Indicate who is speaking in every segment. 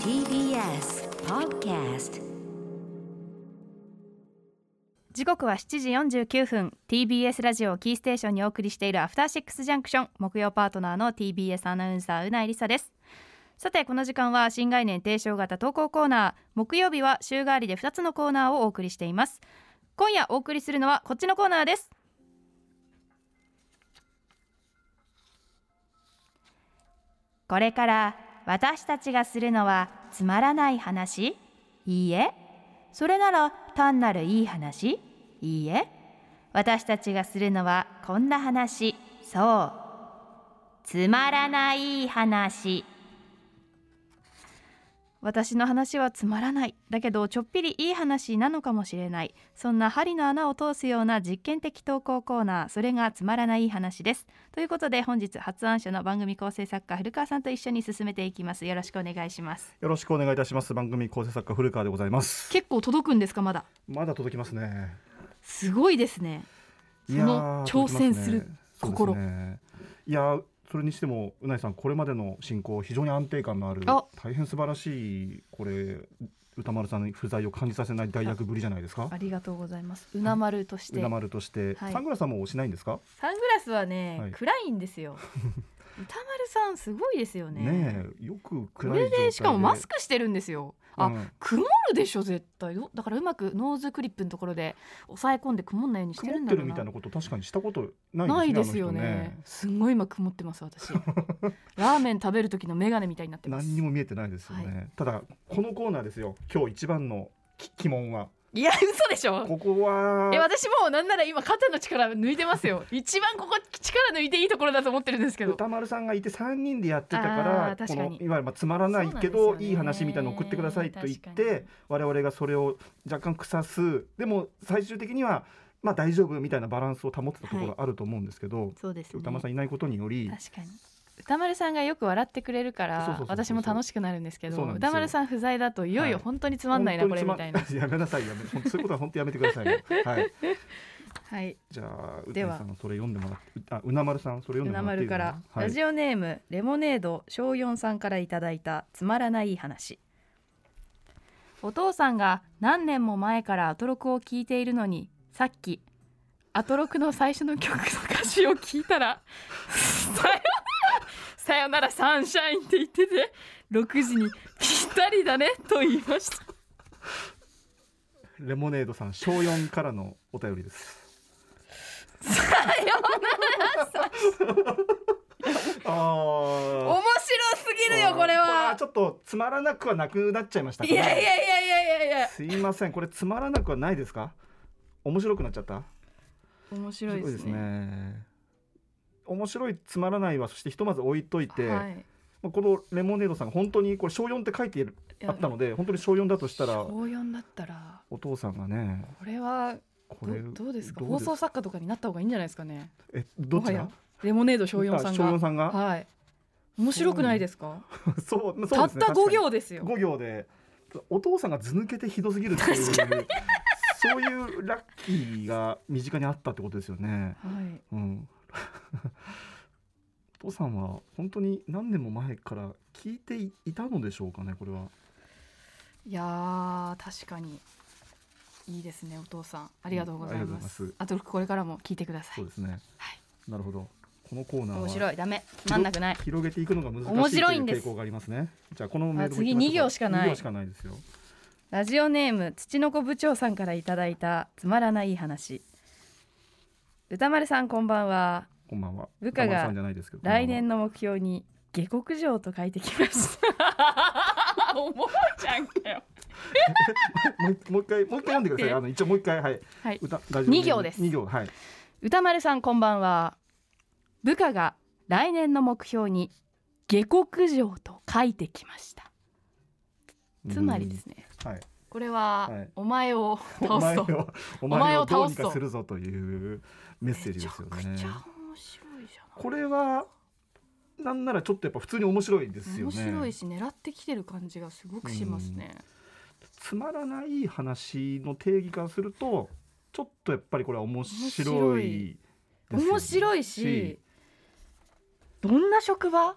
Speaker 1: TBS Podcast
Speaker 2: 時刻は7時49分 TBS ラジオをキーステーションにお送りしているアフターシックスジャンクション木曜パートナーの TBS アナウンサーうないりさですさてこの時間は新概念提唱型投稿コーナー木曜日は週替わりで2つのコーナーをお送りしています今夜お送りするのはこっちのコーナーですこれから私たちがするのはつまらない話いいえそれなら単なるいい話いいえ私たちがするのはこんな話そうつまらない話私の話はつまらないだけどちょっぴりいい話なのかもしれないそんな針の穴を通すような実験的投稿コーナーそれがつまらない話ですということで本日発案者の番組構成作家古川さんと一緒に進めていきますよろしくお願いします
Speaker 3: よろしくお願いいたします。番組構成作家古川でございます。
Speaker 2: 結構届くんですかまだ
Speaker 3: まだ届きますね。
Speaker 2: すごいですねその
Speaker 3: いやー
Speaker 2: 挑戦
Speaker 3: 届きます
Speaker 2: る心
Speaker 3: そうですねいやーそれにしてもうないさんこれまでの進行非常に安定感のある
Speaker 2: あ
Speaker 3: 大変素晴らしいこれ歌丸さんの不在を感じさせない大役ぶりじゃないですか
Speaker 2: あ。りがとうございますうなまるとして
Speaker 3: 歌丸として、
Speaker 2: はい
Speaker 3: サングラスはもうしないんですか。
Speaker 2: サングラスはね、
Speaker 3: はい
Speaker 2: 暗いんです よ歌丸さんすごいですよね
Speaker 3: ねえよく
Speaker 2: こ
Speaker 3: 暗い
Speaker 2: れ
Speaker 3: 状態
Speaker 2: で
Speaker 3: で。
Speaker 2: しかもマスクしてるんですよあ、
Speaker 3: うん
Speaker 2: 曇るでしょ絶対よだからうまくノーズクリップのところで抑え込んで曇んないようにしてるん
Speaker 3: 曇っ
Speaker 2: だ
Speaker 3: て
Speaker 2: ろ
Speaker 3: る
Speaker 2: う
Speaker 3: み
Speaker 2: な
Speaker 3: たいなこと確かにしたことない
Speaker 2: ない
Speaker 3: で
Speaker 2: ですす
Speaker 3: ね。あ
Speaker 2: よ
Speaker 3: の人
Speaker 2: ねすんごい今曇ってます 私ラーメン食べる時のメガネみたいになってます
Speaker 3: 何にも見えてないですよね。
Speaker 2: は
Speaker 3: ただこのコーナーですよ。今日一番のき鬼門は。
Speaker 2: いや嘘でしょ
Speaker 3: ここは
Speaker 2: え私もうなんなら今肩の力抜いてますよ一番ここ力抜いていいところだと思ってるんですけど
Speaker 3: 歌丸さんがいて3人でやってたか
Speaker 2: あー
Speaker 3: ら
Speaker 2: 確
Speaker 3: こ
Speaker 2: か
Speaker 3: の
Speaker 2: に
Speaker 3: いわゆるまあつまらないけ
Speaker 2: そう
Speaker 3: ど
Speaker 2: なんですよね
Speaker 3: いい話みたいなの送ってくださいと言っ
Speaker 2: 確かに
Speaker 3: て我々がそれを若干腐すでも最終的にはまあ大丈夫みたいなバランスを保ってたところがあると思うんですけど、
Speaker 2: そうですね
Speaker 3: 歌丸さんいないことにより
Speaker 2: 確かに歌丸さんがよく笑ってくれるか
Speaker 3: そうそう
Speaker 2: ら
Speaker 3: そうそう
Speaker 2: 私も楽しくなるんですけど
Speaker 3: そうなんですよ
Speaker 2: 歌丸さん不在だといよいよ
Speaker 3: はい
Speaker 2: 本当につ
Speaker 3: つ
Speaker 2: まんないな、これみたいな
Speaker 3: やめなさいやめそういうことは本当やめてくださいね、はい、
Speaker 2: はい
Speaker 3: じゃあう
Speaker 2: では
Speaker 3: なさんそれ読んでもらってうあうなまるさんそれ読んで
Speaker 2: な
Speaker 3: も
Speaker 2: ま
Speaker 3: らって
Speaker 2: る
Speaker 3: いいで
Speaker 2: か
Speaker 3: す
Speaker 2: ら、
Speaker 3: はい、
Speaker 2: ラジオネームレモネード小四さんからいただいたつまらない話お父さんが何年も前からアトロクを聞いているのにさっきアトロクの最初の曲の歌詞を聞いたら 「さよならさよならサンシャイン」って言ってて6時にぴったりだねと言いました
Speaker 3: レモネードさん小4からのお便りです
Speaker 2: さよ
Speaker 3: ああ
Speaker 2: 面白すぎるよこれは
Speaker 3: ちょっとつまらなくはなくなっちゃいましたか
Speaker 2: い
Speaker 3: ね
Speaker 2: やいやいやいやいやいや
Speaker 3: すいませんこれつまらなくはないですか面白くなっちゃった
Speaker 2: 面白いです
Speaker 3: すご
Speaker 2: ね
Speaker 3: 面白いつまらないはそしてひとまず置いといて、
Speaker 2: はい
Speaker 3: まあ、このレモネードさんが本当にこれ小4って書いて
Speaker 2: いや
Speaker 3: あったので本当に小4だとしたら
Speaker 2: 小四だったら
Speaker 3: お父さんがね
Speaker 2: これは
Speaker 3: こ
Speaker 2: ど
Speaker 3: れ
Speaker 2: どうですか放送作家とかになった方がいいんじゃないですかね
Speaker 3: えどっち
Speaker 2: もは
Speaker 3: が
Speaker 2: やレモネード小四さ
Speaker 3: あ
Speaker 2: ん
Speaker 3: 小
Speaker 2: が
Speaker 3: 四さんが
Speaker 2: はい面白くないですか
Speaker 3: そうまあそ
Speaker 2: た
Speaker 3: う
Speaker 2: っ
Speaker 3: ですね
Speaker 2: た5行ですよ
Speaker 3: 5行でお父さんが図抜けてひどすぎるっていうそういうラッキーが身近にあったってことですよね。
Speaker 2: はい
Speaker 3: うん、 お父さんは本当に何年も前から聞いていたのでしょうかねこれは。
Speaker 2: いやー確かにいいですねお父さんありがとうござい
Speaker 3: うんありがとうござい
Speaker 2: ま
Speaker 3: ますす
Speaker 2: あとこれからも聞いてくださ
Speaker 3: そう
Speaker 2: い
Speaker 3: ですね。
Speaker 2: はい
Speaker 3: なるほど。このコーナーは
Speaker 2: 面白いダメつまんなくない
Speaker 3: 広げていくのが難しい
Speaker 2: 面白いん
Speaker 3: と
Speaker 2: です
Speaker 3: いう傾向がありますね。じゃあこのメールも
Speaker 2: あ次
Speaker 3: 行きまょう
Speaker 2: 二行しかない
Speaker 3: 二行しかないですよ。
Speaker 2: ラジオネーム土の子部長さんからいただいたつまらない話歌丸さんこんばんは
Speaker 3: こんばんは。
Speaker 2: 部下が
Speaker 3: 山田さんじゃないですけど。
Speaker 2: 来年
Speaker 3: の
Speaker 2: の目標に下克上と書いてきました おもろいじゃんかよ
Speaker 3: もうもう一回もう一回読んでください。あの一応もう一回はい。
Speaker 2: はい
Speaker 3: 歌ラジオネーム
Speaker 2: 二行です
Speaker 3: 二行はい。
Speaker 2: 歌丸さんこんばんは部下が来年の目標に下克上と書いてきましたつまりですね
Speaker 3: うん。はい。
Speaker 2: これは
Speaker 3: はい
Speaker 2: お前を
Speaker 3: お
Speaker 2: 倒す
Speaker 3: 前
Speaker 2: と、
Speaker 3: をお
Speaker 2: 前
Speaker 3: 前
Speaker 2: を
Speaker 3: を
Speaker 2: 倒すと
Speaker 3: どうにかするぞというメッセージですよ
Speaker 2: めちゃくちゃ
Speaker 3: ね。
Speaker 2: 面白いじゃ
Speaker 3: これはなんならちょっとやっぱ普通に面白いです
Speaker 2: ない
Speaker 3: よ
Speaker 2: 面
Speaker 3: ね。
Speaker 2: 白いし狙ってきてる感じがすごくしますね、
Speaker 3: つまらない話の定義からするとちょっとやっぱりこれは面白いですよね
Speaker 2: 面白いしどんな職場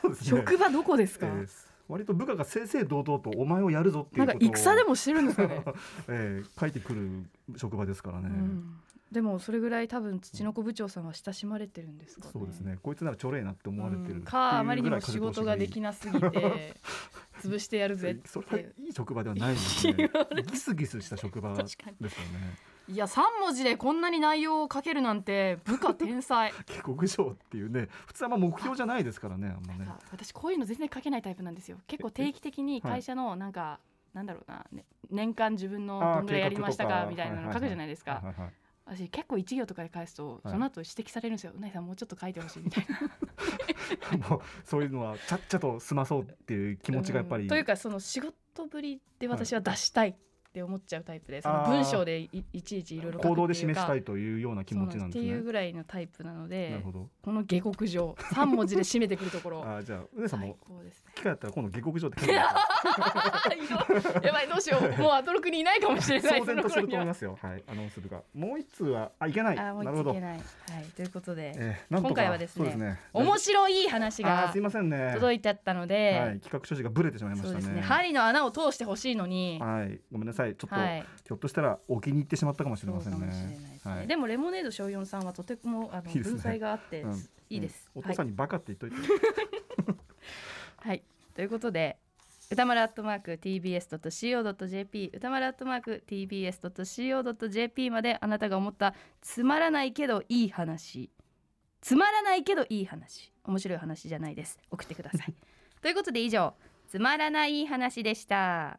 Speaker 3: そうですね。
Speaker 2: 職場どこですか、
Speaker 3: えー割と部下が正々堂々とお前をやるぞってい
Speaker 2: な
Speaker 3: うんこ
Speaker 2: か
Speaker 3: とを
Speaker 2: 戦でもしてるんですかね、
Speaker 3: えー書いてくる職場ですからね、
Speaker 2: うんでもそれぐらい多分土の子部長さんは親しまれてるんですかね
Speaker 3: そうですねこいつならちょれいなって思われてる
Speaker 2: うんかあまりにも仕事ができ
Speaker 3: な
Speaker 2: な
Speaker 3: い
Speaker 2: すぎ て潰してやるぜっ
Speaker 3: それは
Speaker 2: て
Speaker 3: いい職場ではな いですね
Speaker 2: 言われ
Speaker 3: ギスギスした職場で
Speaker 2: 確
Speaker 3: す
Speaker 2: か
Speaker 3: よ
Speaker 2: に
Speaker 3: ね
Speaker 2: いや3文字でこんなに内容を書けるなんて部下天才
Speaker 3: 下克上っていうね普通あんま目標じゃないですからねあんま
Speaker 2: な
Speaker 3: ね
Speaker 2: んか私こういうの全然書けないタイプなんですよ結構定期的に会社のなんか、なんだろうな、ね年間自分のどんぐらいやりましたかみたいなの書くじゃないですか、
Speaker 3: はいはいはい
Speaker 2: 私結構一行とかで返すと、
Speaker 3: はい
Speaker 2: その後指摘されるんですよ「うなぎさんもうちょっと書いてほしい」みたいな。
Speaker 3: もうそういうのはちゃっちゃと済まそうっていう 気持ちがやっぱ
Speaker 2: う
Speaker 3: り
Speaker 2: んというかその仕事ぶりで私は出したいって思っちゃうタイプで、その
Speaker 3: あー
Speaker 2: 文章でいいちいちいろいろ書くっていうか
Speaker 3: 行動で示したいというような気持ち
Speaker 2: そう
Speaker 3: なん
Speaker 2: ん
Speaker 3: です
Speaker 2: ってい
Speaker 3: ね
Speaker 2: う。ぐらいのタイプなの
Speaker 3: な
Speaker 2: で
Speaker 3: るほど。
Speaker 2: この下克上3文字で締めてくるとこ ろ
Speaker 3: あーじゃあうねさん
Speaker 2: 最
Speaker 3: も
Speaker 2: 高ですね。
Speaker 3: 機会あったら今度下克上って書いて ください
Speaker 2: やばいどうしようもうアトロクにいないかもしれない
Speaker 3: 騒然とすると思い
Speaker 2: は。
Speaker 3: ますよ。はいアナウンス部がもう一通はあいけない。
Speaker 2: あー
Speaker 3: な
Speaker 2: も
Speaker 3: る
Speaker 2: う
Speaker 3: ほ
Speaker 2: い
Speaker 3: ど
Speaker 2: け。ない、はい、ということで、
Speaker 3: えーなんとか
Speaker 2: 今回はですね
Speaker 3: そうですね
Speaker 2: 面白い話
Speaker 3: あー
Speaker 2: が
Speaker 3: すいませんね。
Speaker 2: 届いちゃったので、
Speaker 3: はい企画書示がブレてしまいまし
Speaker 2: そう
Speaker 3: た
Speaker 2: です
Speaker 3: ね。
Speaker 2: ね針の穴を通してほしいのに、
Speaker 3: はいごめんなさいちょっと
Speaker 2: はい、
Speaker 3: ひょっとしたら置きに行ってしまったかもし
Speaker 2: そ
Speaker 3: れ
Speaker 2: う
Speaker 3: ませ
Speaker 2: か
Speaker 3: ん
Speaker 2: もしれないで
Speaker 3: ね。
Speaker 2: すね。でもレモネード小四さんはとてもあの
Speaker 3: いいですね
Speaker 2: 文才があって
Speaker 3: うん
Speaker 2: いいです。
Speaker 3: うんお
Speaker 2: は
Speaker 3: 父
Speaker 2: い
Speaker 3: さんにバカって言っといて。
Speaker 2: はい、ということで歌丸アットマーク tbs.co.jp 歌丸アットマーク tbs.co.jp まであなたが思ったつまらないけどいい話つまらないけどいい話面白い話じゃないです送ってくださいということで以上つまらない話でした